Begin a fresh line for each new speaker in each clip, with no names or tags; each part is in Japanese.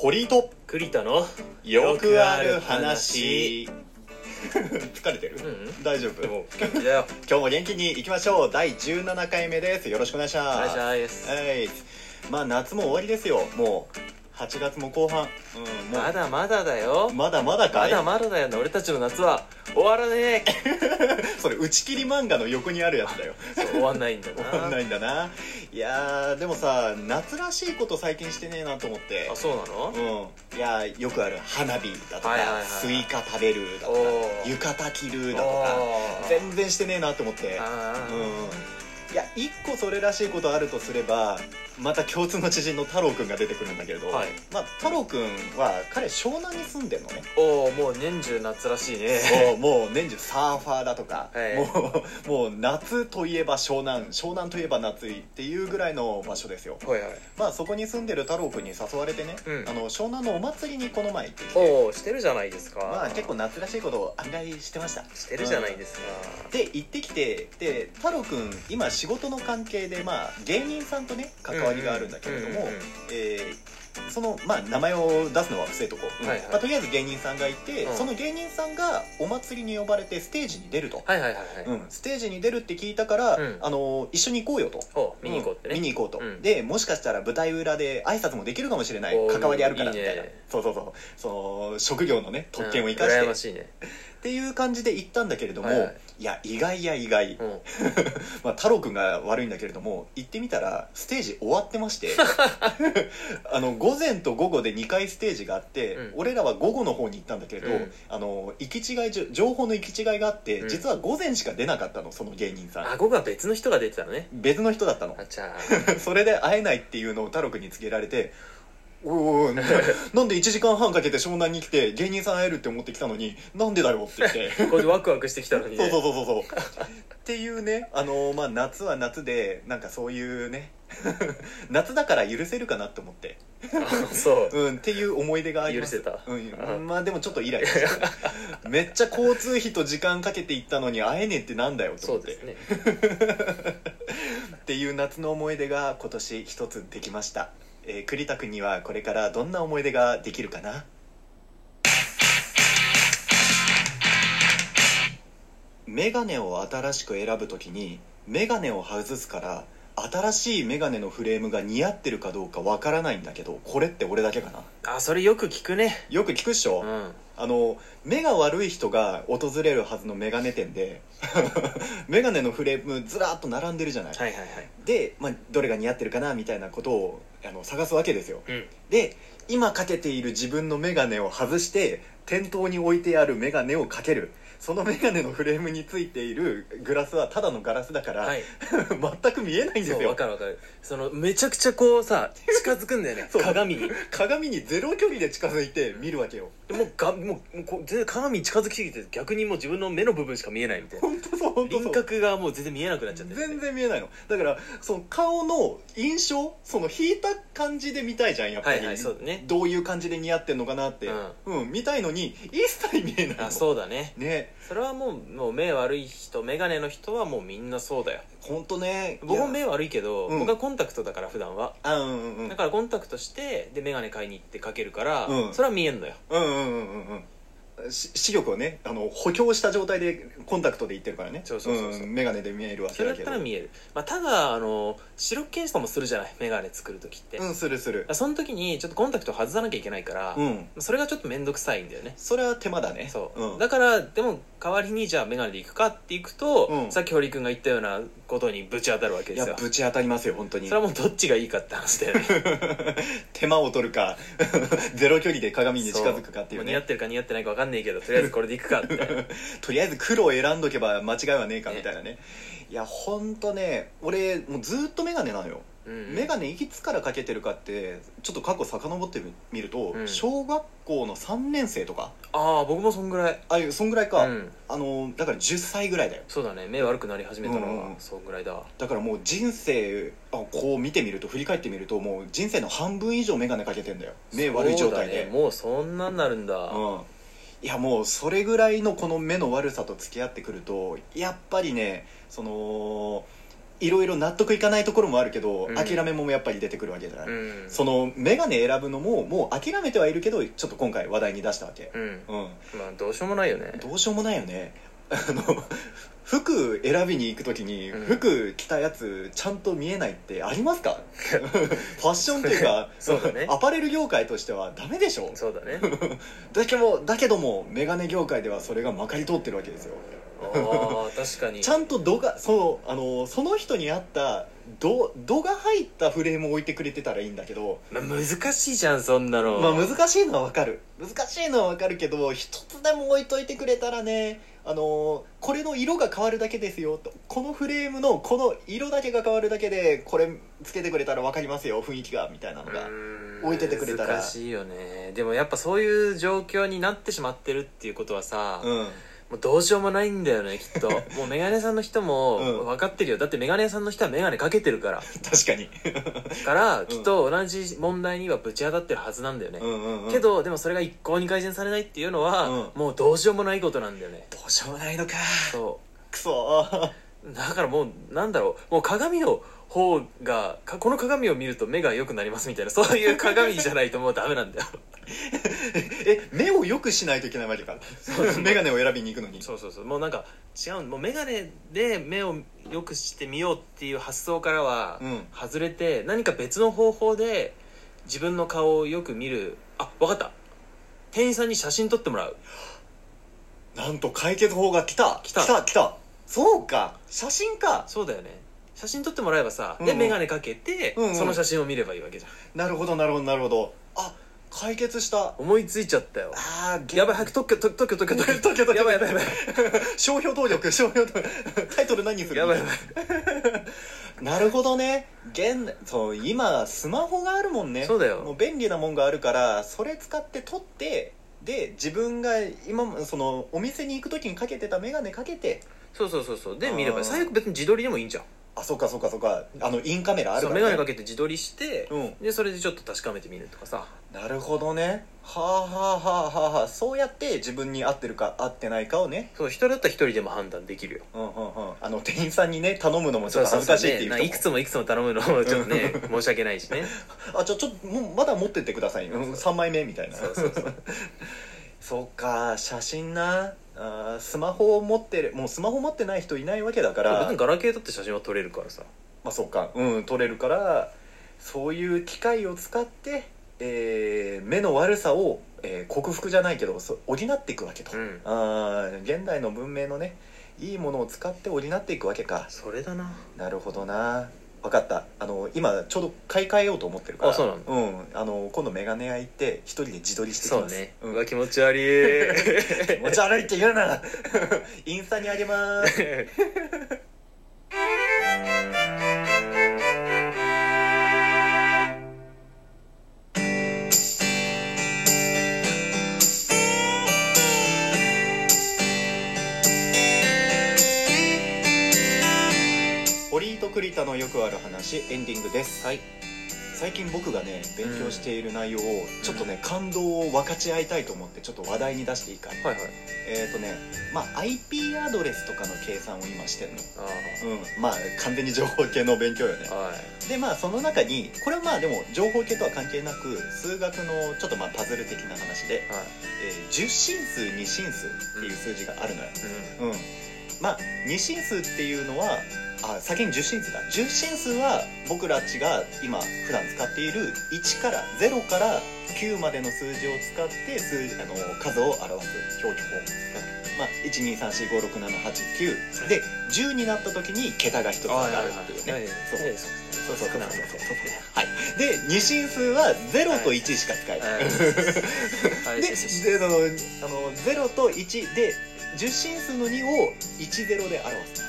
堀井と
栗田の
よくある話 疲れてる、
うんうん
大丈夫
でも元気だ よ
今日も元気にいきましょう第17回目ですよろしくお願いし
お
ます
願いします
はいまあ夏も終わりですよもう8月も後半、うん、もう
まだまだだよ
まだまだか
ま
い
だまだだよな俺たちの夏は終わらねえ
それ打ち切り漫画の横にあるやつだよ
そう終わんないんだな
わかんないんだないやーでもさ夏らしいこと最近してねえなと思って
あそうなの
うん、いやよくある花火だとか、
はいはいはい
スイカ食べるだとか
おー
浴衣着るだとか
あー
全然してねえなと思って
あ
うん
ー
いや一個それらしいことあるとすればまた共通の知人の太郎くんが出てくるんだけれど、
はい
まあ、太郎くんは彼湘南に住んでる のね
おおもう年中夏らしいね
もうもう年中サーファーだとか、
はい
もうもう夏といえば湘南湘南といえば夏いっていうぐらいの場所ですよ
はいはい
まあそこに住んでる太郎くんに誘われてね、
うん
あの湘南のお祭りにこの前行ってきて
おおしてるじゃないですか
まあ結構夏らしいことを案外してました
してるじゃないですか
で行ってきてで太郎くん今仕事の関係でまあ芸人さんとね関わりがあるんだけれども、
うんうんうん
えーそのまあ名前を出すのは伏せとこう、
はいはい
まあ、とりあえず芸人さんがいて、
うん
その芸人さんがお祭りに呼ばれてステージに出ると、
はいはいはいは
う
い
ん、ステージに出るって聞いたから、
うん
あのー一緒に行こうよと。
お見に行こうってね
ん見に行こうと、
うん
でもしかしたら舞台裏で挨拶もできるかもしれない
おー
関わりあるからみたいない
いね
そうそうそうその職業のね特権を生かして、
うん羨ま
っ
しいね
ていう感じで行ったんだけれども、
はい
い
はい
や意外や意外、
うん
まあ、太郎くんが悪いんだけれども行ってみたらステージ終わってまして あの午前と午後で2回ステージがあって、
うん
俺らは午後の方に行ったんだけれど、
うん
あの行き違いじょ情報の行き違いがあって、
うん
実は午前しか出なかったのその芸人さん
顎が別の人が出てたのね
別の人だったの
あちゃ
それで会えないっていうのを太郎くんに告げられて「おいおいおいなんでなんで1時間半かけて湘南に来て芸人さん会えるって思ってきたのになんでだよ」って言って。
ーこれでワクワクしてきたの に
そう
ね
そうそうそうそうっていうねあのーまあ夏は夏でなんかそういうね 夏だから許せるかなって思って、
あそう
うん、っていう思い出があります
許せた
うん、まあでもちょっとイライラして るめっちゃ交通費と時間かけて行ったのに会えねえってなんだよと
そ
思っ
う
て、
ですね
っていう夏の思い出が今年一つできました、えー栗田君にはこれからどんな思い出ができるかなメガネを新しく選ぶときにメガネを外すから新しいメガネのフレームが似合ってるかどうかわからないんだけどこれって俺だけかな
あそれよく聞くね
よく聞くっしょ、
うん
あの目が悪い人が訪れるはずのメガネ店で メガネのフレームずらーっと並んでるじゃない
はいはいはい
で、まあ、どれが似合ってるかなみたいなことをあの探すわけですよ
うん
で今かけている自分のメガネを外して店頭に置いてあるメガネをかけるそのメガネのフレームについているグラスはただのガラスだから、
はい
全く見えないんで
そ
す
うわ
よ
かるわかるそのめちゃくちゃこうさ近づくんだよね
そう
鏡に
鏡にゼロ距離で近づいて見るわけよ
でもうがもうもうこう全然鏡に近づきすぎて逆にもう自分の目の部分しか見えないみたいな
本当そう本当そ
輪
う
郭がもう全然見えなくなっちゃってる
全然見えないのだからその顔の印象その引いた感じで見たいじゃんやっぱり、
はいはいそうだね
どういう感じで似合ってんのかなって、う
うん
見たいのに一切見えないの
あそうだね
ね
それはもうもう目悪い人眼鏡の人はもうみんなそうだよ
本当ね
僕も
いや
目悪いけど、
うん
僕はコンタクトだから普段は
あうんうんうん
だからコンタクトしてで眼鏡買いに行ってかけるから、
うん
それは見えんのよ
うんうんうんうんうんし視力をねあの補強した状態でコンタクトでいってるからね
そうそうそうそうん
眼鏡で見えるわ
そ
け
れだ
だ
っ
け
た
ど
ら見える、まあ、ただあの視力検査もするじゃない眼鏡作る時って、
うんするする
その時にちょっとコンタクト外さなきゃいけないから、
うん
それがちょっと面倒くさいんだよね
それは手間だね
そう、
ん、
だからでも代わりにじゃあ眼鏡で行くかっていくと、
うん
さっき堀君が言ったようなことにぶち当たるわけ
い
です
や
よ
ぶち当たりますよ本当に
それはもうどっちがいいかって話だよね
手間を取るか ゼロ距離で鏡に近づくかっていう
も似合
ね
ってるか似合ってないか分かんないけどとりあえずこれで行くかって
とりあえず黒を選んどけば間違いはねえかみたいなねいやほんとね俺もうずーっと眼鏡なのよ
うん
眼鏡いくつからかけてるかってちょっと過去遡ってみると、
うん
小学校の3年生とか
ああ僕もそんぐらい
ああいうそんぐらいか、
うん、
あのだから10歳ぐらいだよ
そうだね目悪くなり始めたの
うんうん
はそんぐらいだわ
だからもう人生あこう見てみると振り返ってみるともう人生の半分以上眼鏡かけてんだよ目悪い状態
そう
で
だねもうそんなんなるんだ、
うん、いやもうそれぐらいのこの目の悪さと付き合ってくるとやっぱりねそのいろいろ納得いかないところもあるけど、
うん
諦めもやっぱり出てくるわけじゃない、
うん
そのメガネ選ぶのももう諦めてはいるけどちょっと今回話題に出したわけ
うん
うん
まあどうしようもないよね
どうしようもないよね あの服選びに行く時に
うん
服着たやつちゃんと見えないってあります かファッションというか
そうだね
アパレル業界としてはダメでしょ
そうだね
だけどだけどもメガネ業界ではそれがまかり通ってるわけですよ
ああ確かに
ちゃんと度がそうあのその人に合った度度が入ったフレームを置いてくれてたらいいんだけど
まあ、難しいじゃんそんなの
まあ難しいのはわかる難しいのはわかるけど一つでも置いといてくれたらねあのこれの色が変わるだけですよとこのフレームのこの色だけが変わるだけでこれつけてくれたらわかりますよ雰囲気がみたいなのが
うん
置いててくれたら
難しいよねでもやっぱそういう状況になってしまってるっていうことはさ、
うん
もうどうしようもないんだよねき っともうメガネさんの人
うん
も分かってるよだってメガネ屋さんの人はメガネかけてるから
確かに
からきっと同じ問題にはぶち当たってるはずなんだよね、
うんうん、うん、
けどでもそれが一向に改善されないっていうのは、
うん
もうどうしようもないことなんだよね
どうしようもないのか
そ
くそー
うだからもうなんだろうもう鏡の方がかこの鏡を見ると目が良くなりますみたいなそういう鏡じゃないともうダメなんだよ
え目を良くしないといけないわけか
そう
メガネを選びに行くのに
そうそうそうもうなんか違うもう眼鏡で目を良くしてみようっていう発想からは
うん
外れて、何か別の方法で自分の顔をよく見るあわかった店員さんに写真撮ってもらう
なんと解決法が来た
来た
来た来たそうか写真か
そうだよね写真撮ってもらえばさ、
うんう
で
ん
眼鏡かけて、
うんうん
その写真を見ればいいわけじゃん
なるほどなるほどなるほどあ解決した
思いついちゃったよ
あー
やばい早く特許特許特許特許
特許特許
やばいやばいやばい
商標登録商標登録タイトル何にする
やばいやばい
なるほどね現そう今スマホがあるもんね
そうだよ
もう便利なもんがあるからそれ使って撮ってで自分が今もそのお店に行く時にかけてた眼鏡かけて
そうそうそうそうで見ればいい
あー
最悪別に自撮りでもいいんじゃん
あそうかそうかそうかあのインカメラある
そう
か
眼
ら、
鏡か
ね、
けて自撮りして、
うん
でそれでちょっと確かめてみるとかさ
なるほどねはあはあはあはあはあそうやって自分に合ってるか合ってないかをね
そう一人だったら一人でも判断できるよ
うんうんうんあの店員さんにね頼むのもちょっと恥ずかしいっていう人
ね
も
なくつもいくつも頼むのもちょっとね申し訳ないしね
あじゃあちょっともうまだ持ってってくださいよ
そ
3
う
枚目みたいな
そうそうそう
そっか写真なあースマホを持ってるもうスマホ持ってない人いないわけだから
別にガラケーだって写真は撮れるからさ
まあそうかうん撮れるからそういう機械を使って、えー目の悪さを、えー克服じゃないけどそう補っていくわけと、
うん
あー現代の文明のねいいものを使って補っていくわけか
それだな
なるほどな分かったあの今ちょうど買い替えようと思ってるから
あそうなの
うんあの今度メガネ屋行って一人で自撮りしてき
そう
ます
ね、うんわ気持ち悪い
持ち悪いって言うな インスタにあげます 堀井と栗田のよくある話エンディングです
はい
最近僕がね勉強している内容をちょっとね、感動を分かち合いたいと思ってちょっと話題に出していいかい
はいはい
えっ、ー、とねまあ IP アドレスとかの計算を今してるの
あ
うんまあ完全に情報系の勉強よね
あはい
でまあその中にこれはまあでも情報系とは関係なく数学のちょっとまあパズル的な話で、
はい
えー10進数2進数っていう数字があるのよ、
うん
うん、まあ2進数っていうのはあ先に10進数だ10進数は僕らたちが今普段使っている1から0から9までの数字を使って数あの数を表す表記法、まあ、123456789で10になった時に桁が1つ上がるっていうねそうそうそうそうそうそうそうはいで二進数は0と1しか使えない、
はい
でであのあの0と1で10進数の2を10で表す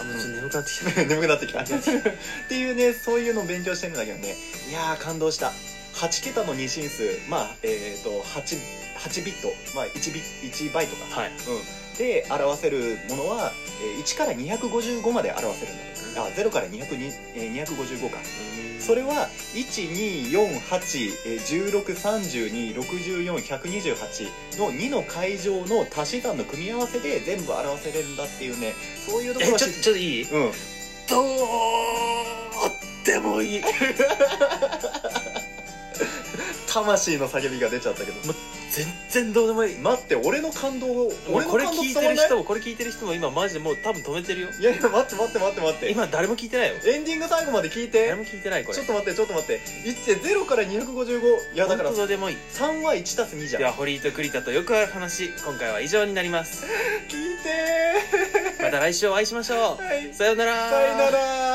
あもうちょっと眠くなってきた
眠くなってきたっていうねそういうのを勉強してるんだけどねいやー感動した8桁の二進数まあえっ、と 8, 8ビット、まあ、1, ビ1バイトか、
はい
うん、で表せるものはえー1から255まで表せるんだけどあ0から202えー255かそれは1248163262428の2の階乗の足し算の組み合わせで全部表せれるんだっていうねそういうとこ
え
ろ
ちょ
は
ちょっといい
うん
どうでもいい
魂の叫びが出ちゃったけど
全然どうでもいい
待って俺の感動を俺
俺
の
これ
感動
聞
伝
いて
わ
る
んない
人もこれ聞いてる人も今マジでもう多分止めてるよ
いやいや待って待って待って待って
今誰も聞いてないよ
エンディング最後まで聞い
誰
て
も聞いてないこれ
ちょっと待ってちょっと待って1.0から255いやだから
本当どうでもいい
3は1たす2じゃん
では堀井と栗田とよくある話今回は以上になり ます
聞いて
また来週お会いしましょ
ーはいう
さようなら
さよなら